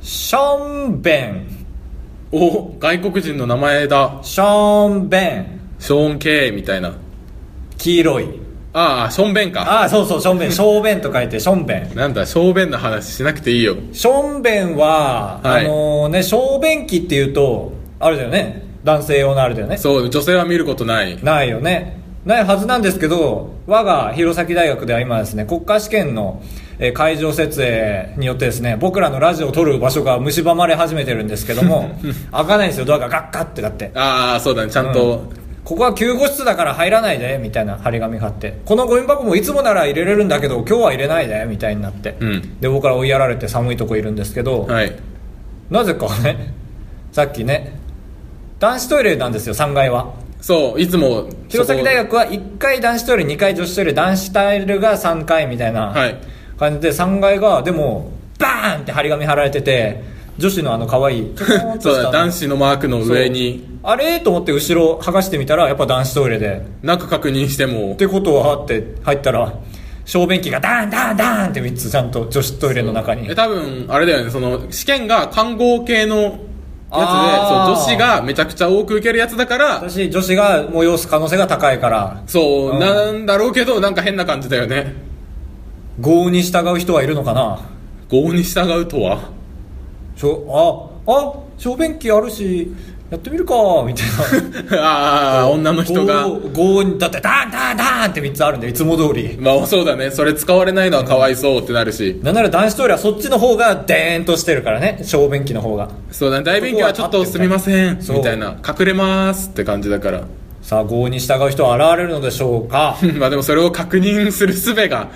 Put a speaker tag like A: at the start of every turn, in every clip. A: ションベン
B: お外国人の名前だ
A: ションベン
B: ショーン・ケイみたいな
A: 黄色い
B: ああションベンか
A: ああそうそうションベンショーベンと書いてションベン
B: なんだショーベンの話しなくていいよ
A: ションベンは、
B: はい
A: あのね小便器っていうとあれだよね男性用のあれだよね
B: そう女性は見ることない
A: ないよねないはずなんですけど我が弘前大学では今ですね国家試験のえー会場設営によってですね僕らのラジオを撮る場所が蝕まれ始めてるんですけど も開かないんですよドアがガッガッってだって
B: ああそうだねちゃんと、
A: ここは救護室だから入らないでみたいな張り紙があってこのゴミ箱もいつもなら入れれるんだけど今日は入れないでみたいになって、
B: うん
A: で僕から追いやられて寒いとこいるんですけど、
B: はい
A: なぜかねさっきね男子トイレなんですよ3階は
B: そういつも
A: 弘前大
B: 学
A: 学は1階男子トイレ2階女子トイレ男子トイレが3階みたいな
B: はい
A: 感じで3階がでもバーンって張り紙貼られてて女子のあの可愛 い
B: そうだ男子のマークの
A: そう
B: 上に
A: あれと思って後ろ剥がしてみたらやっぱ男子トイレで
B: 中確認して
A: っ
B: も
A: てことはあって入ったら小便器がダーンダーンダーンって3つちゃんと女子トイレの中に
B: え多分あれだよねその試験が看護系のやつでそう
A: あー
B: 女子がめちゃくちゃ多く受けるやつだから
A: 私女子が催す可能性が高いから
B: そう、
A: うん
B: なんだろうけどなんか変な感じだよね
A: 合に従う人はいるのかな
B: 合に従うとは
A: しょああ小便器あるしやってみるかみた いな
B: ああ女の人が
A: 合にだってダーンダーンダーンって3つあるんでいつも通り
B: まあそうだねそれ使われないのはかわいそうってなるし
A: なんなら男子トイレはそっちの方がデーンとしてるからね小便器の方が
B: そうだね大便器はちょっとすみません
A: そう
B: みたいな隠れますって感じだから
A: さあ合に従う人は現れるのでしょう か
B: まあでもそれを確認する術が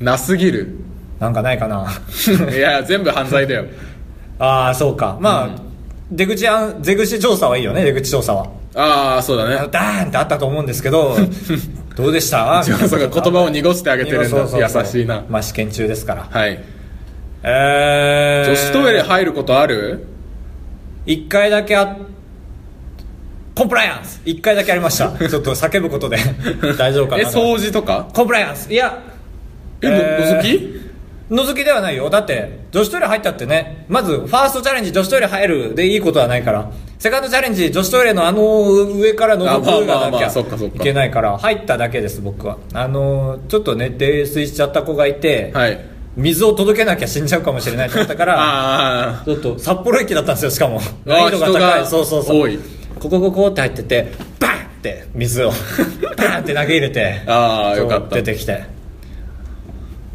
B: なすぎる
A: なんかないかない
B: や全部犯罪だよ
A: ああそうかまあ、出口あん出口調査はいいよね出口調査は
B: ああそうだ
A: あ の
B: ね
A: ダーンってあったと思うんですけ どどうでした
B: そうか言葉を濁してあげてるん
A: そうそうそ
B: だ
A: う
B: 優しいな
A: まあ試験中ですから
B: はい
A: えー、
B: 女子トイレ入ることある
A: 1回だけあコンプライアンス1回だけありましたちょっと叫ぶことで 大丈夫かな
B: え掃除とか
A: コンプライアンスいや
B: えののぞ
A: え
B: き
A: のぞきではないよだって女子トイレ入ったってねまずファーストチャレンジ女子トイレ入るでいいことはないからセカンドチャレンジ女子トイレのあの上からのぞく
B: あまあま
A: が
B: あま
A: な
B: あ
A: きゃ
B: そっかそっか
A: いけないから入っただけです僕はあのちょっとね泥酔しちゃった子がいて、
B: はい
A: 水を届けなきゃ死んじゃうかもしれないと思ったから
B: あ
A: ちょっと札幌駅だったんですよしかも
B: あ
A: 難易度が高い
B: 人が
A: そうそうそう
B: 多い
A: ここここって入っててバンって水をバンって投げ入れて
B: ああ
A: そう
B: よかった
A: 出てきて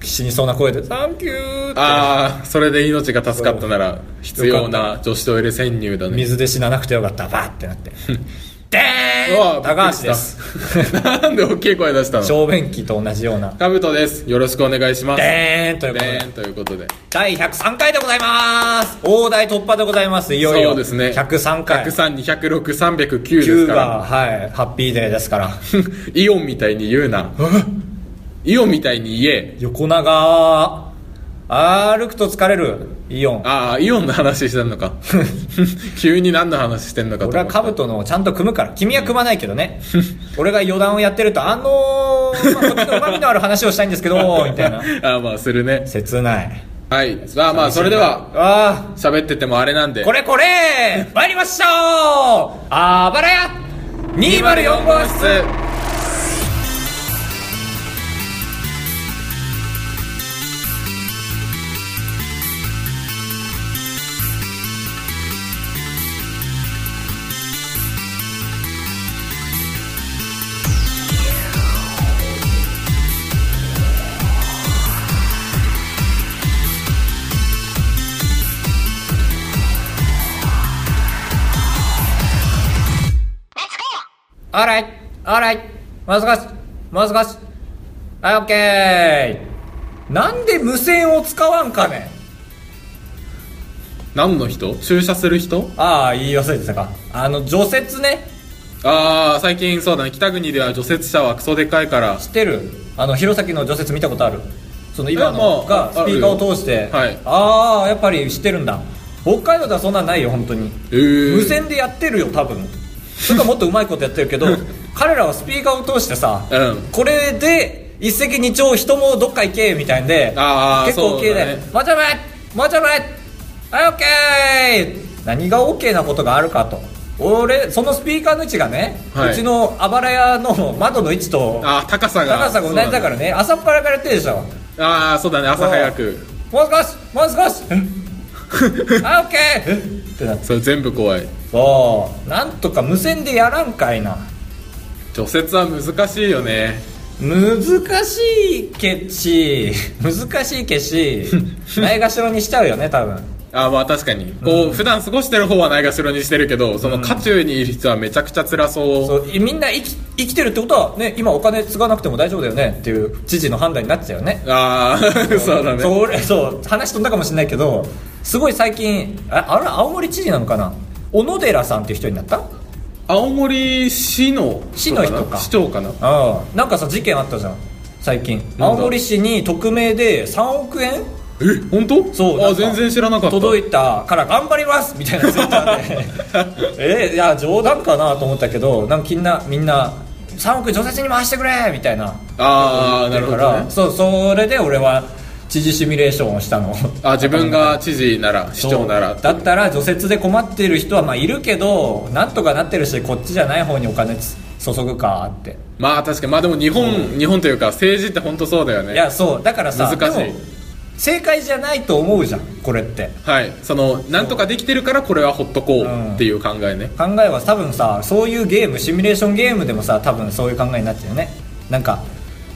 A: 死にそうな声で「サンキュー」って
B: ああそれで命が助かったなら必要な女子トイレ潜入だね
A: 水で死ななくてよかったバーってな って「で
B: う
A: ー
B: わ
A: ん高橋です
B: びっくりした なんで大きい声出したの
A: 小便器と同じような
B: カブトですよろしくお願い
A: 「
B: します
A: でーん」ということ
B: で
A: で
B: ーんということで
A: 第103回でございます大台突破でございますいよいよ
B: そうですね
A: 103回
B: 1032063009です
A: 9
B: か
A: が
B: ら
A: はいハッピーデーですから
B: イオンみたいに言うなイオンみたいに言え
A: 横長歩くと疲れるイオン
B: ああイオンの話してん のか急に何の話してんのかと
A: 俺は
B: 思った
A: カブトのをちゃんと組むから君は組まないけどね俺が余談をやってるとあのー、まあこっちのうまみのある話をしたいんですけ どみたいな
B: ああまあするね
A: 切ない
B: はいさあまあそれでは
A: あ
B: 喋っててもあれなんで
A: あこれこれ参りましょうあばらや204号室あらいあらいもう少しもう少しはいオッケーなんで無線を使わんかね
B: 何の人注射する人
A: ああ言い忘れてたかあの除雪ね
B: ああ最近そうだね北国では除雪車はクソでかいから
A: 知ってるあの弘前の除雪見たことあるその今の
B: いやまあ
A: がスピーカーを通して
B: あるよはい
A: ああやっぱり知ってるんだ北海道ではそんなんないよ本当に
B: えー
A: 無線でやってるよ多分それかもっとうまいことやってるけ ど彼らはスピーカーを通してさ、
B: うん
A: これで一石二鳥人もどっか行けみたいんで
B: あー
A: 結構
B: そう
A: 綺麗
B: だね
A: で「もうちょい前もうちょい前はいオッケー何がオッケーなことがあるかと俺そのスピーカーの位置がね、
B: はいう
A: ちのあばら屋の窓の位置と
B: あ高さが
A: 高さが同じだからね朝っぱらからやってるでしょ
B: ああそうだね朝早く
A: もう少しもう少しあオッケーってなって
B: それ全部怖い
A: そうなんとか無線でやらんかいな
B: 除雪は難しいよね
A: 難しいけし難しいけし ないがしろにしちゃうよね多分
B: ああまあ確かにこう、普段過ごしてる方はないがしろにしてるけどその渦中にいる人はめちゃくちゃ辛そう
A: そうみんな生き生きてるってことは、ね、今お金継がなくても大丈夫だよねっていう知事の判断になっちゃうよね
B: ああ そうだね
A: それそう話飛んだかもしれないけどすごい最近ああれ青森知事なのかな小野寺さんっていう人になった
B: 青森市の
A: 市の人か
B: 市長かな
A: ああなんかさ事件あったじゃん最近
B: だ
A: 青森市に匿名で3億円
B: え本当
A: そうな
B: あー
A: んか
B: 全然知らなかった
A: 届いたから頑張りますみたいなツイッターでえ いや冗談かなと思ったけどなんかみんなみんな3億除雪に回してくれみたいな
B: ああなるほ
A: だか
B: ど
A: ら
B: ね
A: そうそれで俺は知事シミュレーションをしたの
B: あ自分が知事なら市長なら
A: そうだったら除雪で困ってる人はまあいるけどなんとかなってるしこっちじゃない方にお金つ注ぐかって
B: まあ確かにまあでも日本、日本というか政治って本当そうだよね
A: いやそうだからさ
B: 難しい
A: でも正解じゃないと思うじゃんこれって
B: はいそのなんとかできてるからこれはほっとこうっていう考えね、
A: 考えは多分さそういうゲームシミュレーションゲームでもさ多分そういう考えになっちゃうよねなんか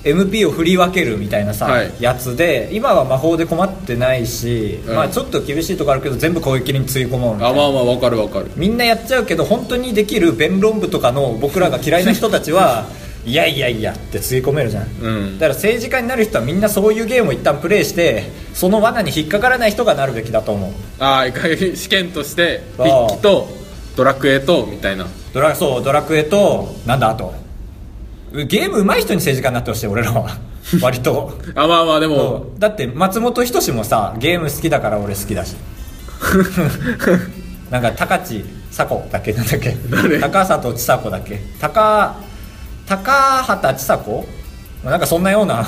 A: MP を振り分けるみたいなさ、
B: はい
A: やつで今は魔法で困ってないし、
B: うん
A: まあちょっと厳しいとこあるけど全部攻撃につい込もうみたい
B: あ
A: な
B: まあまあわかるわかる
A: みんなやっちゃうけど本当にできる弁論部とかの僕らが嫌いな人たち はいやいやいやってつぎ込めるじゃん、
B: うん
A: だから政治家になる人はみんなそういうゲームを一旦プレイしてその罠に引っかからない人がなるべきだと思う
B: ああいかに試験として
A: あ
B: 筆
A: ー
B: 記とドラクエとみたいな
A: ドラそうドラクエとなんだあとゲーム上手い人に政治家になってほしい俺らは 割と
B: あまあまあでも
A: そうだって松本人志もさゲーム好きだから俺好きだしなんか高知佐子だっけなんだっけ
B: 誰
A: 高里千佐子だっけ高高畑千佐子まあなんかそんなような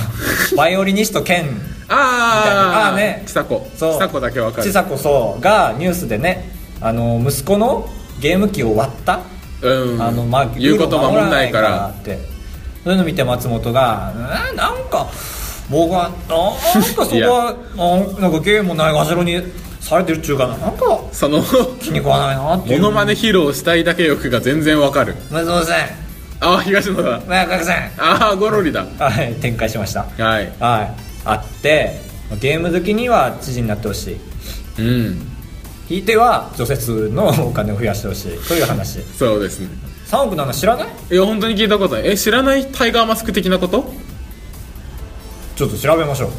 A: バイオリニスト兼
B: あーあ
A: みたいなあーね
B: ちさこちさこだけわか
A: 千
B: る
A: 佐子そうがニュースでねあの息子のゲーム機を割った
B: うん
A: あのまあ、
B: 言うこと守んないから
A: ってそういうの見て松本が「えなんか僕はなんかそこ
B: いや
A: はなんなんかゲームないがしろにされてるっちゅうかななんか
B: その
A: 気に食わないな」ってい
B: モ
A: う
B: ノマネ披露したいだけ欲が全然わかる
A: 松本さん
B: ああ東野だ
A: 前川さん
B: ああゴロリだ
A: はい展開しました
B: はい
A: はいあってゲーム好きには知事になってほしい
B: うん
A: ひいては除雪のお金を増やしてほしいという話
B: そうですね
A: 3億なの知らない
B: いや本当に聞いたことないえ知らないタイガーマスク的なこと
A: ちょっと調べましょう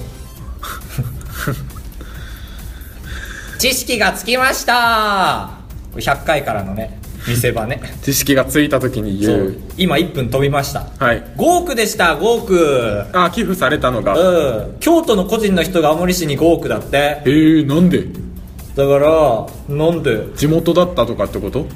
A: 知識がつきましたこれ100回からのね見せ場ね
B: 知識がついた時に
A: そ
B: 言
A: う
B: う
A: 今1分飛びました
B: はい
A: 5億でした5億
B: あ寄付されたのが
A: うん京都の個人の人が青森市に5億だって
B: えー、なんで
A: だからなんで
B: 地元だったとかってこと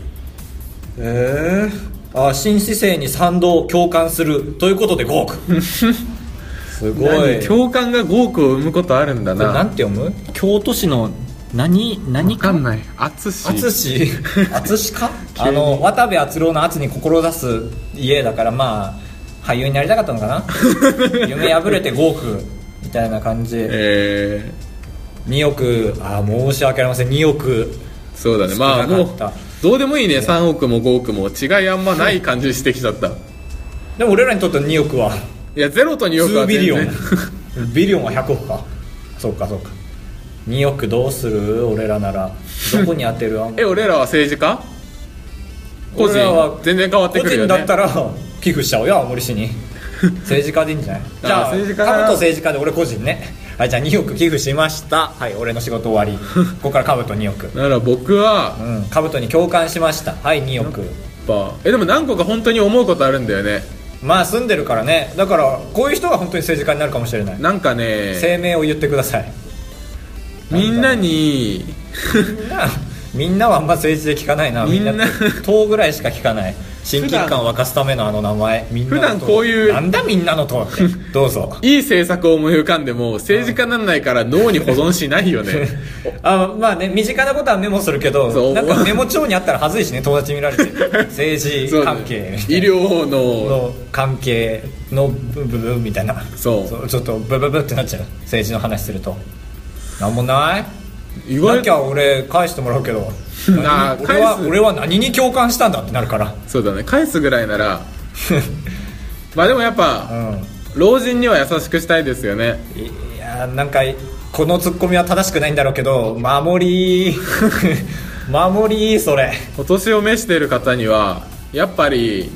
A: ええあ新姿勢に賛同共感するということで5億 すごい
B: 何共感が5億を生むことあるんだ
A: これな
B: なん
A: て読む京都市の何何
B: 分かんない淳
A: あつしあつしか
B: 急に
A: あの渡部篤郎の篤に志す家だからまあ俳優になりたかったのか な夢破れて5億みたいな感じ
B: え
A: 2億あー申し訳ありません2億
B: ー、そうだねまあ
A: 少な
B: も
A: か
B: う
A: った
B: どうでもいいね3億も5億も違いあんまない感じしてきちゃったい
A: でも俺らにとっての2億は
B: やゼロと2億は
A: 2ビ
B: 全
A: リオン
B: 然
A: ビリオンは100億かそうかそうか2億どうする俺らならどこに当てる
B: え俺らは政治家個人
A: 俺らは
B: 全然変わってくるよね
A: 個人だったら寄付しちゃおうよ青森市 に政治家でいいんじゃない
B: あー
A: じゃあ
B: 政治
A: 政
B: 家
A: 治
B: な
A: 家と政治家で俺個人ねはいじゃあ2億寄付しましたはい俺の仕事終 わりここからカブト2億
B: なら僕は
A: うんカブトに共感しましたはい2億
B: やっぱえでも何個か本当に思うことあるんだよね
A: まあ住んでるからねだからこういう人が本当に政治家になるかもしれない
B: なんかね
A: 声明を言ってください
B: みんなに
A: みんなみんなはあんま政治で聞かないなみんな
B: みんな
A: 党ぐらいしか聞かない親近感を沸かすためのあの名前みんなの
B: 普段こういう
A: なんだみんなの党 ってどうぞ
B: いい政策を思い浮かんでも政治家になんないから脳に保存しないよね
A: あまあね身近なことはメモするけ
B: そ
A: ど
B: う
A: なんかメモ帳にあったら恥ずいしね友達見られて 政治
B: そう
A: 関係
B: 医療の
A: の関係のブブブみたいな
B: そう
A: ちょっとブブブってなっちゃう政治の話するとなんもない
B: 意
A: な
B: 外
A: きゃ俺返してもらうけど
B: なあ
A: 俺は
B: 返す
A: 俺は何に共感したんだってなるから
B: そうだね返すぐらい ならまあでもやっ
A: う
B: ぱ
A: ん
B: 老人には優しくしたいですよね
A: いやーなんかこのツッコミは正しくないんだろうけど守り 守りそれ
B: お年を召している方にはやっぱり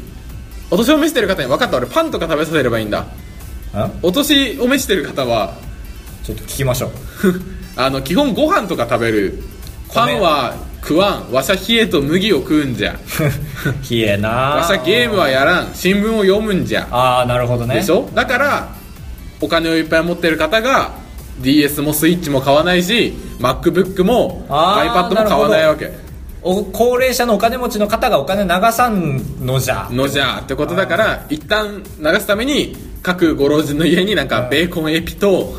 B: お年を召している方に分かった俺パンとか食べさせればいいんだ
A: ん
B: お年を召している方は
A: ちょっと聞きましょう
B: あの基本ご飯とか食べるパンは食わんわしゃ冷えと麦を食うんじゃ
A: 冷えな
B: わしゃゲームはやらん新聞を読むんじゃ
A: ああなるほどね
B: でしょだからお金をいっぱい持ってる方が DS もスイッチも買わないし MacBook も
A: あー
B: iPad も買わないわけ
A: お高齢者のお金持ちの方がお金流さんのじゃ
B: のじゃーってことだから一旦流すために各ご老人の家になんかベーコンエピと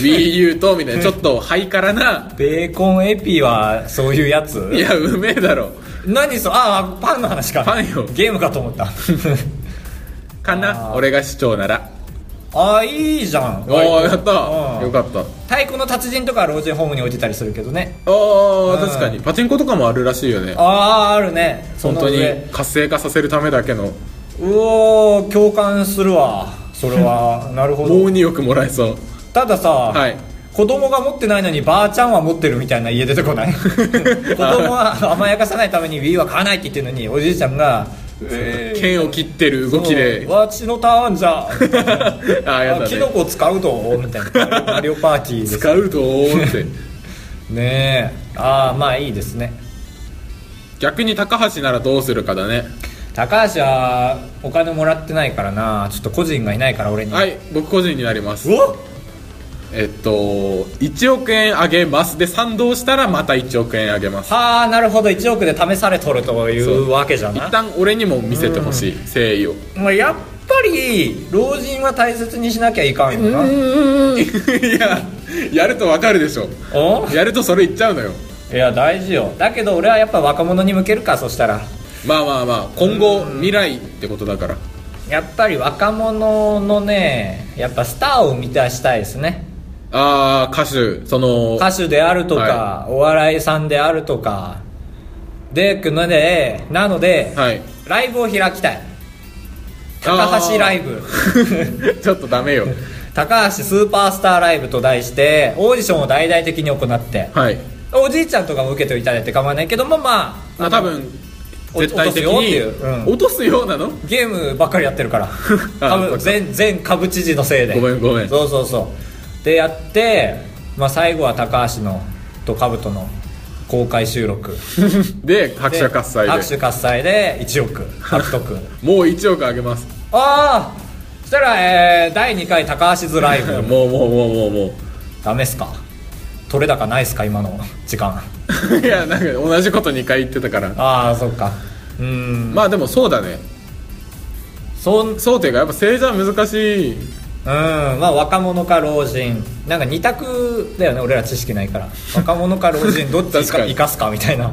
B: WiiU とみたいなちょっとハイカラな
A: ベーコンエピはそういうやつ
B: いやうめえだろ
A: 何そああパンの話か
B: パンよ
A: ゲームかと思った
B: かな俺が市長なら
A: ああいいじゃん
B: おおやった
A: うん
B: よかった
A: 太鼓の達人とかは老人ホームに置いてたりするけどね
B: ああ
A: うん
B: 確かにパチンコとかもあるらしいよね
A: あああるね
B: 本当
A: その
B: に
A: 上
B: 活性化させるためだけの
A: うおー共感するわそれ はなるほ
B: も
A: ど
B: う2億もらえそう
A: たださ、
B: はい
A: 子供が持ってないのにばあちゃんは持ってるみたいな家出てこない 子供は甘やかさないために Wii は買わないって言ってるのにおじいちゃんが「えー
B: 剣を切ってる動きで
A: もう私のターンじゃ」
B: ああやだ
A: キノ
B: ね
A: コ使うとみたいなマリオパーティーです
B: 使うとーって
A: ねえああまあいいですね
B: 逆に高橋ならどうするかだね
A: 高橋はお金もらってないからなちょっと個人がいないから俺に、
B: はい僕個人になります
A: うわ
B: えっと1億円あげますで賛同したらまた1億円あげます
A: はあなるほど1億で試されとるというわけじゃ
B: 一
A: な
B: 旦俺にも見せてほしい誠意を
A: まあやっぱり老人は大切にしなきゃいかんよな、
B: いややるとわかるでしょ
A: お
B: やるとそれ言っちゃうのよ
A: いや大事よだけど俺はやっぱ若者に向けるかそしたら
B: まあまあまあ今後未来ってことだから
A: やっぱり若者のねやっぱスターを生み出したいですね
B: ああ歌手その
A: 歌手であるとか、お笑いさんであるとかでのでなので、
B: はい
A: ライブを開きたい高橋ライブ
B: ちょっとダメよ
A: 高橋スーパースターライブと題してオーディションを大々的に行って
B: はい
A: おじいちゃんとかも受けていただいて構わないけどもまあ
B: まあ多分
A: お
B: 絶対的
A: 落とすよって
B: に
A: いううん
B: 落とすようなの
A: ゲームばっかりやってるから 多
B: そうか
A: 分全全株知事のせいで
B: ごめんごめん
A: そうそうそうでやって、まあ、最後は高橋のと兜の公開収録
B: で拍手喝采で
A: 拍手喝采で1億 獲得
B: もう1億あげます
A: ああそしたら、えー第2回高橋ズライブ
B: もうもうもうもうも
A: ダメっすか取れ高ないっすか今の時間
B: う いやなんか同じこと2回言ってたから
A: ああそっかうん
B: まあでもそうだね
A: そんうん
B: そうというかやっぱ政治は難しい
A: まあ若者か老人なんか二択だよね俺ら知識ないから若者か老人どっち
B: 確か
A: か
B: に
A: 生かすかみたいな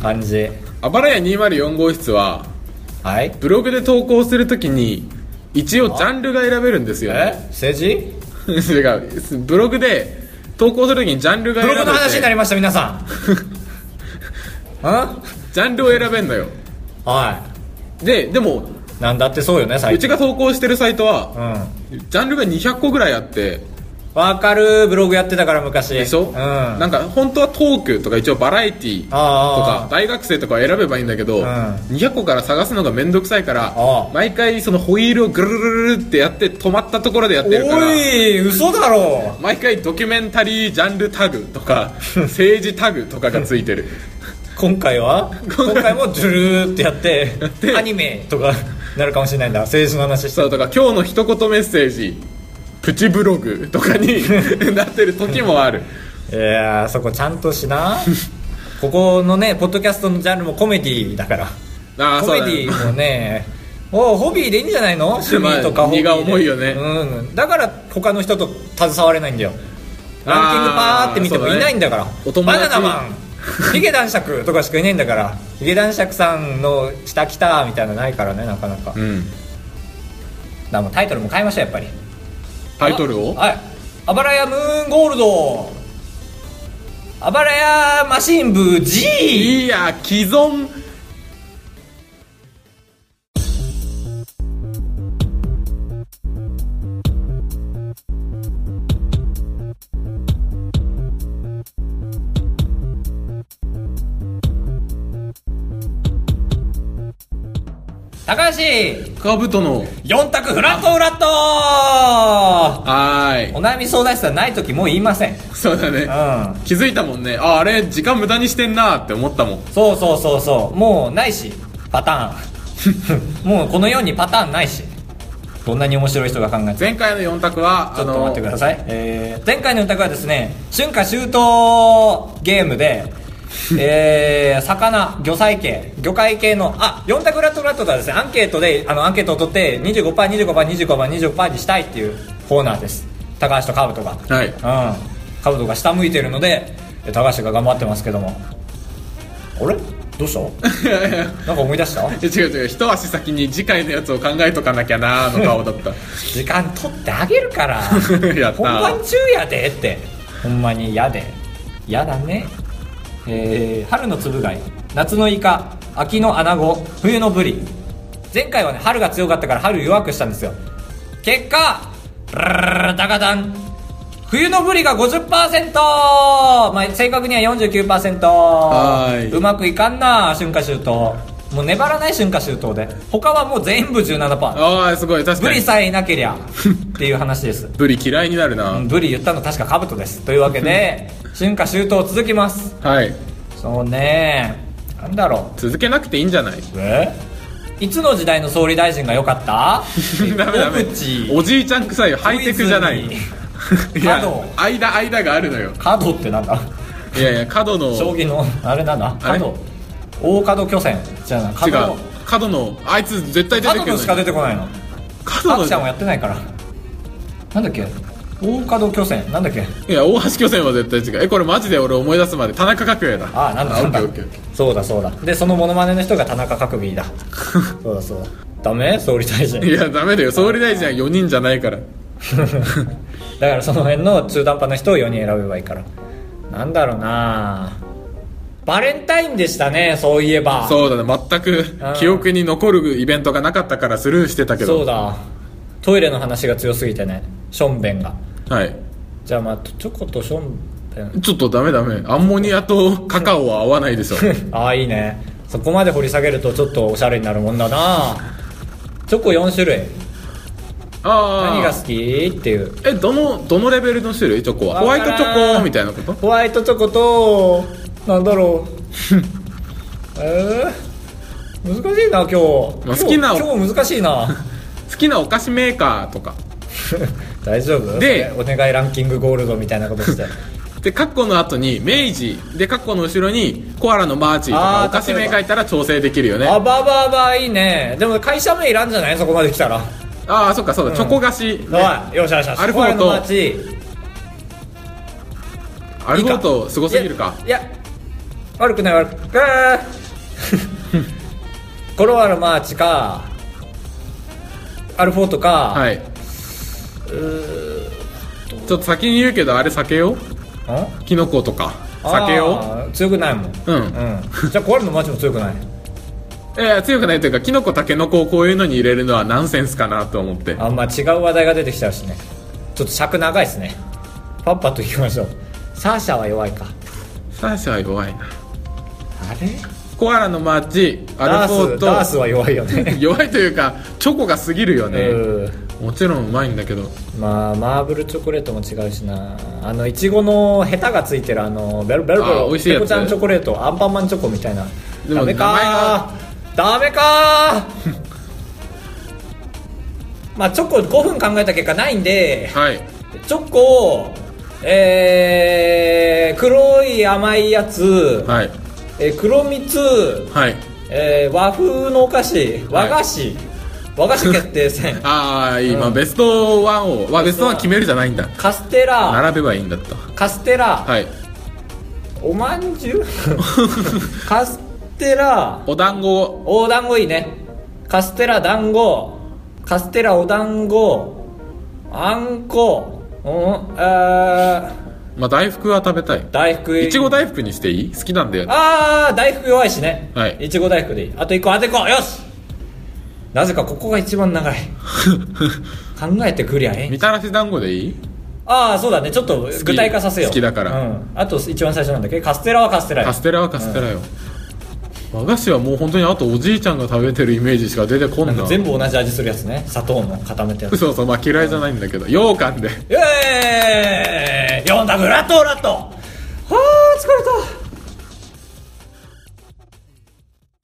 A: 感じ
B: あばらや204号室は
A: はい
B: ブログで投稿するときに一応ジャンルが選べるんですよ
A: え
B: ね
A: 政治
B: 違うブログで投稿するときにジャンルが
A: ブ
B: 選
A: ロ
B: べ
A: グの話にな
B: て
A: りました皆さんん
B: ジャンルを選べんのよ
A: は
B: ででも
A: いなんだってそうよね最
B: う
A: 近
B: ちが投稿してるサイト
A: う
B: は
A: ん
B: ジャンルが200個ぐらいあって
A: わかるブログやってたから昔
B: でしょ、
A: うん
B: なんか本当はトークとか一応バラエティと
A: あー
B: か大学生とかを選べばいいんだけど、
A: ん
B: 200個から探すのが面倒くさいから
A: あー
B: 毎回そのホイールをぐるぐるぐるってやって止まったところでやってるか
A: お
B: ら
A: い嘘だろ
B: 毎回ドキュメンタリージャンルタグ とか政治タグとかがついてる
A: 今回は今回もジュルーってやって
B: て
A: アニメとか なるかもしれないんだ政治の話して
B: そうとか今日の一言メッセージプチブログと かになってる時もある
A: いやーそこちゃんとしなここのねポッドキャストのジャンルもコメディだから
B: あー
A: コメディもね おホビーでいいんじゃないの趣味と
B: ま
A: か
B: あ
A: ホビーで、
B: 荷が重いよね
A: うん、だから他の人と携われないんだよランキングパーって見ても
B: あーそう
A: い
B: だね
A: ないんだから
B: お友
A: バ
B: 達
A: ナナマンヒゲ男爵とかしかいないんだ からヒゲ男爵さんの「下来た」みたいなのないからねなかなか,、だか
B: うん
A: らもうタイトルも変えましょうやっぱり
B: タイトルを
A: はいあばらやムーンゴールドあばらやマシン部 G
B: いや既存
A: 高橋
B: カブトの
A: 四択フラットフラット
B: はーい
A: お悩み相談室はない時もう言いませんうん
B: そうだね気づいたもんねああれ時間無駄にしてんなって思ったもん
A: そうそうそうそうもうないしパターン もうこの世にパターンないしどんなに面白い人が考えて
B: 前回の4択は
A: ちょっと待ってくだ
B: い
A: さい、えー前回の歌はですね春夏秋冬ゲーム でえー、魚魚菜系魚介系のあ四4択ラットラットとはですねアンケートであのアンケートを取って 25%25%25% にしたいっていうコーナーです高橋とカブトが
B: はい
A: うんカブトが下向いてるのでえ高橋が頑張ってますけどもあれどうしたなんか思い出した
B: え違う違う一足先に次回のやつを考えとかなきゃなーの顔だった
A: 時間取ってあげるから
B: やった
A: 本番中やでってほんまに嫌で嫌だねえー、春のつぶ貝夏のイカ秋のアナゴ冬のブリ前回はね春が強かったから春弱くしたんですよ結果ブルルルルダカダン冬のブリが 50%! まあ、正確には49%
B: はーいう
A: まくいかんな春夏秋冬もう粘らない春夏秋冬で他はもう全部17%
B: ああすごい確
A: ブ
B: か
A: リ
B: に
A: さえいなけりゃっていう話です
B: ブリ嫌いになるな、
A: ブリ言ったの確かカブトですというわけ で春夏秋冬続きます
B: はい
A: そうねなんだろ
B: 続けなくていいんじゃな
A: う
B: い
A: えいつの時代の総理大臣が良かった
B: ダメダメ
A: 小渕
B: おじいちゃん臭いよハイテクじゃない
A: 小
B: いや
A: 角
B: 間間があるのよ
A: 角ってなんだ
B: いやいや角の
A: 将棋のあれなんだ
B: あれ
A: 角大角巨船じゃあな
B: 違う
A: 角の
B: 角のあいつ絶対出て
A: 角
B: くる
A: のしか出てこないの
B: 角
A: 角ちゃんも
B: の
A: やってないからなんだっけ大角巨船なんだっけ
B: いや大橋巨船は絶対違うえこれマジで俺思い出すまで田中角栄だ
A: ああなんだなんだ
B: オッケーオッケーオッケ
A: そうだそうだでそのモノマネの人が田中角栄 だそうだそうだダメ総理大臣
B: ーいやダメだよ総理大臣は4人じゃないから
A: だからその辺の中途半端な人を4人選べばいいからなんだろうなバレンタインでしたねそういえば
B: そうだね全く
A: あー
B: 記憶に残るイベントがなかったからスルーしてたけど
A: そうだトイレの話が強すぎてねションベンが
B: はい
A: じゃあまあチョコとションベン
B: ちょっとダメダメアンモニアとカカオは合わないでし ょ
A: ああいいねそこまで掘り下げるとちょっとおしゃれになるもんだなチョコ4種類
B: ああ
A: 何が好きっていう
B: えどのどのレベルの種類チョコはホワ
A: わ
B: イ
A: か
B: ト
A: らん
B: チョコみたいなこと
A: ホワイトチョコとなんだろう えー、難しいな今日
B: まあ好きな
A: 今日今日難しいな
B: 好きなお菓子メーカーとか
A: 大丈夫
B: で
A: それお願いランキングゴールドみたいなこと して
B: でカッコの後に明治でカッコの後ろにコアラのマーチと
A: あ
B: か
A: ー
B: お菓子
A: 例
B: メ
A: え
B: ー
A: ば
B: カーいたら調整できるよね
A: あばばばいいねでも会社名いらんじゃないそこまで来たら、
B: ああそっかそうだ、チョコ菓子、
A: おいよしよしよし
B: アルフ
A: ホ
B: ォート
A: ワイトマーチ
B: アルフォートすごすぎるか
A: いやいや悪くない悪くないあ ーコロワのマーチかアルフォートか、
B: はいちょっと先に言うけどあれ酒よ
A: ん
B: キノコとか酒を
A: あー強くないもん
B: うん
A: じゃあ壊れのマーチも強くない
B: いやいや強くないというかキノコタケノコをこういうのに入れるのはナンセンスかなと思って
A: あんまあ違う話題が出てきちゃうしねちょっと尺長いですねパッパといきましょうサーシャは弱いか
B: サーシャは弱いな
A: あれ
B: コアラのマーチア
A: ダ
B: ルフォ
A: ー
B: ー
A: スダース
B: ト
A: は弱いよね
B: 弱いというかチョコが過ぎるよね、
A: うん
B: もちろんうまいんだけど
A: まあマーブルチョコレートも違うしなあのいちごのヘタがついてるあのベロベロベ
B: あー
A: ロ
B: 美味しいやつ
A: ペコちゃんチョコレートアンパンマンチョコみたいな
B: でも
A: ダメかーダメかー まあチョコ5分考えた結果ないんで
B: はい
A: チョコ、えー、黒い甘いやつ、
B: はい
A: えー黒蜜、
B: はい
A: えー和風のお菓子和菓子、和菓子決定戦
B: ああ今、
A: うん
B: ベストワンを、まあ、ベストワン決めるじゃないんだ
A: カステラ
B: 並べばいいんだった
A: カステラ、
B: はい
A: おまんじゅうカステラ
B: お団子を
A: お団子いいねカステラ団子カステラお団子あんこうんあー
B: まあ大福は食べたい
A: 大福
B: いちご大福にしていい好きなんだよね
A: ああ大福弱いしね
B: はい
A: ちご大福でいいあと1個当てこうよしなぜかここが一番長い考えてくりゃええ
B: みたらし団子でいい
A: ああそうだねちょっと具体化させよう
B: 好きだから
A: うん、あと一番最初なんだっけカステラはカステラよ
B: カステラはカステラよ、和菓子はもう本当にあとおじいちゃんが食べてるイメージしか出てこ
A: な
B: んなん
A: か全部同じ味するやつね砂糖の固めたやつ
B: そうそうまあ嫌いじゃないんだけど羊羹で
A: イエーイ読んだグラットラットはあ疲れた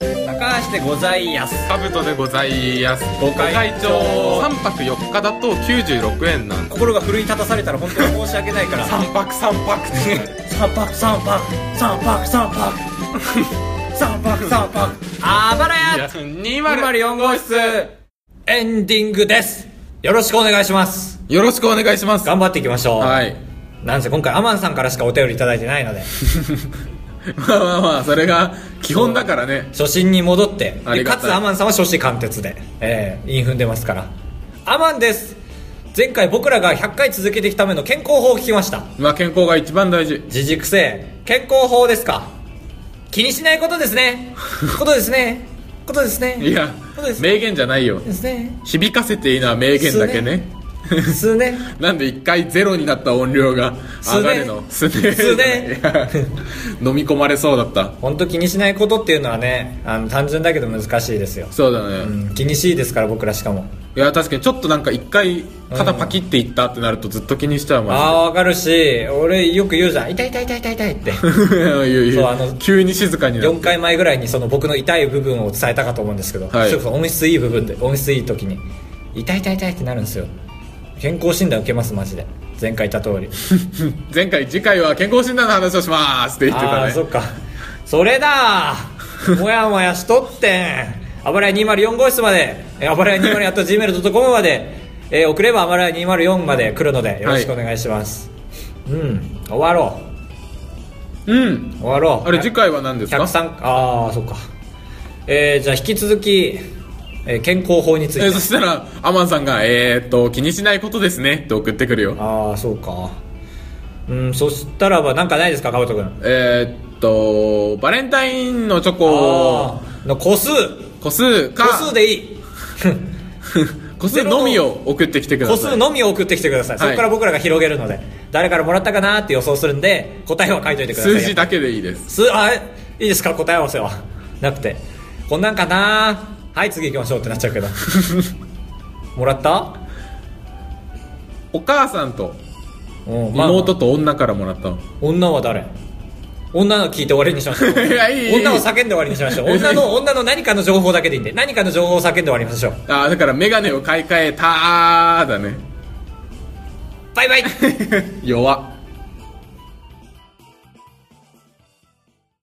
A: 高橋でございやす
B: カブトでございますご
A: 会
B: 会
A: 長
B: 長3泊4日だと96円なんで
A: 心が奮い立たされたら本当に申し訳ないから
B: 3泊3泊って
A: 三泊三泊三泊三泊三泊三泊あばらや
B: 204号室
A: エンディングですよろしくお願いします
B: よろしくお願いします
A: 頑張っていきましょう、
B: はい
A: なんせ今回アマンさんからしかお便りいただいてないので
B: まあまあまあそれが基本だからね
A: 初心に戻って
B: あ
A: で
B: りが
A: か
B: たい
A: つアマンさんは初心貫徹で、えー、韻踏んでますからアマンです前回僕らが100回続けていくための健康法を聞きました
B: まあ健康が一番大事
A: 自軸性健康法ですか気にしないことですねことですねことですね
B: いや
A: ことですね
B: 名言じゃないよ
A: ですね
B: 響かせていいのは名言だけね
A: 数年
B: なんで一回ゼロになった音量が上がるの
A: す
B: す
A: ね
B: ね
A: すね
B: いや飲み込まれそうだった
A: 本当気にしないことっていうのはねあの単純だけど難しいですよ、
B: そうだね、
A: うん、気にしいですから僕らしかも
B: いや確かにちょっとなんか一回肩パキっていったってなるとずっと気にしちゃ
A: あ
B: うもん
A: あわかるし俺よく言うじゃん痛い痛い痛い痛い痛いって そうあの
B: 急に静かになる
A: 4回前ぐらいにその僕の痛い部分を伝えたかと思うんですけど、
B: はい
A: それこそ音質いい部分で音質いい時に痛い痛い痛いってなるんですよ健康診断受けますマジで前回言った通 り
B: 前回次回は健康診断の話をしますって言って
A: あ
B: た
A: あ
B: ね
A: そっかそれだもやもやしとってんあばらや204号室までえあばらや204や gmail.com まで、えー送ればあばらや204まで来るのでよろしくお願いします、うん終わろ
B: うん
A: う終わろう
B: あれ次回は何ですか
A: 103ああそっかえー、じゃあ引き続き、えー健康法について
B: えそしたらアマンさんが「えー、っと気にしないことですね」って送ってくるよ
A: ああそうかうんそしたらばなんかないですかかぶとくん
B: えー、っとバレンタインのチョコ
A: あーの個数
B: 個数か
A: 個数でいい
B: 個数のみを送ってきてく
A: 個
B: ださ
A: 数
B: い
A: のみを送ってきてください、
B: はい
A: そこから僕らが広げるので誰からもらったかなって予想するんで答えは書いといてください
B: 数字だけでいいです
A: 数あえいいですか答え合わせは なくてこんなんかなはい次行きましょうってなっちゃ うけどもらった
B: お母さんと
A: うんまあまあ
B: 妹と女からもらったの
A: 女は誰女の 聞いて終わりにしま しょう
B: いやいいいい
A: 女を叫んで終わりにしましょう女の女の何かの情報だけでいいんで何かの情報を叫んで終わりましょう
B: あーだから 眼鏡を買い替えたーだね
A: バイバイ
B: 弱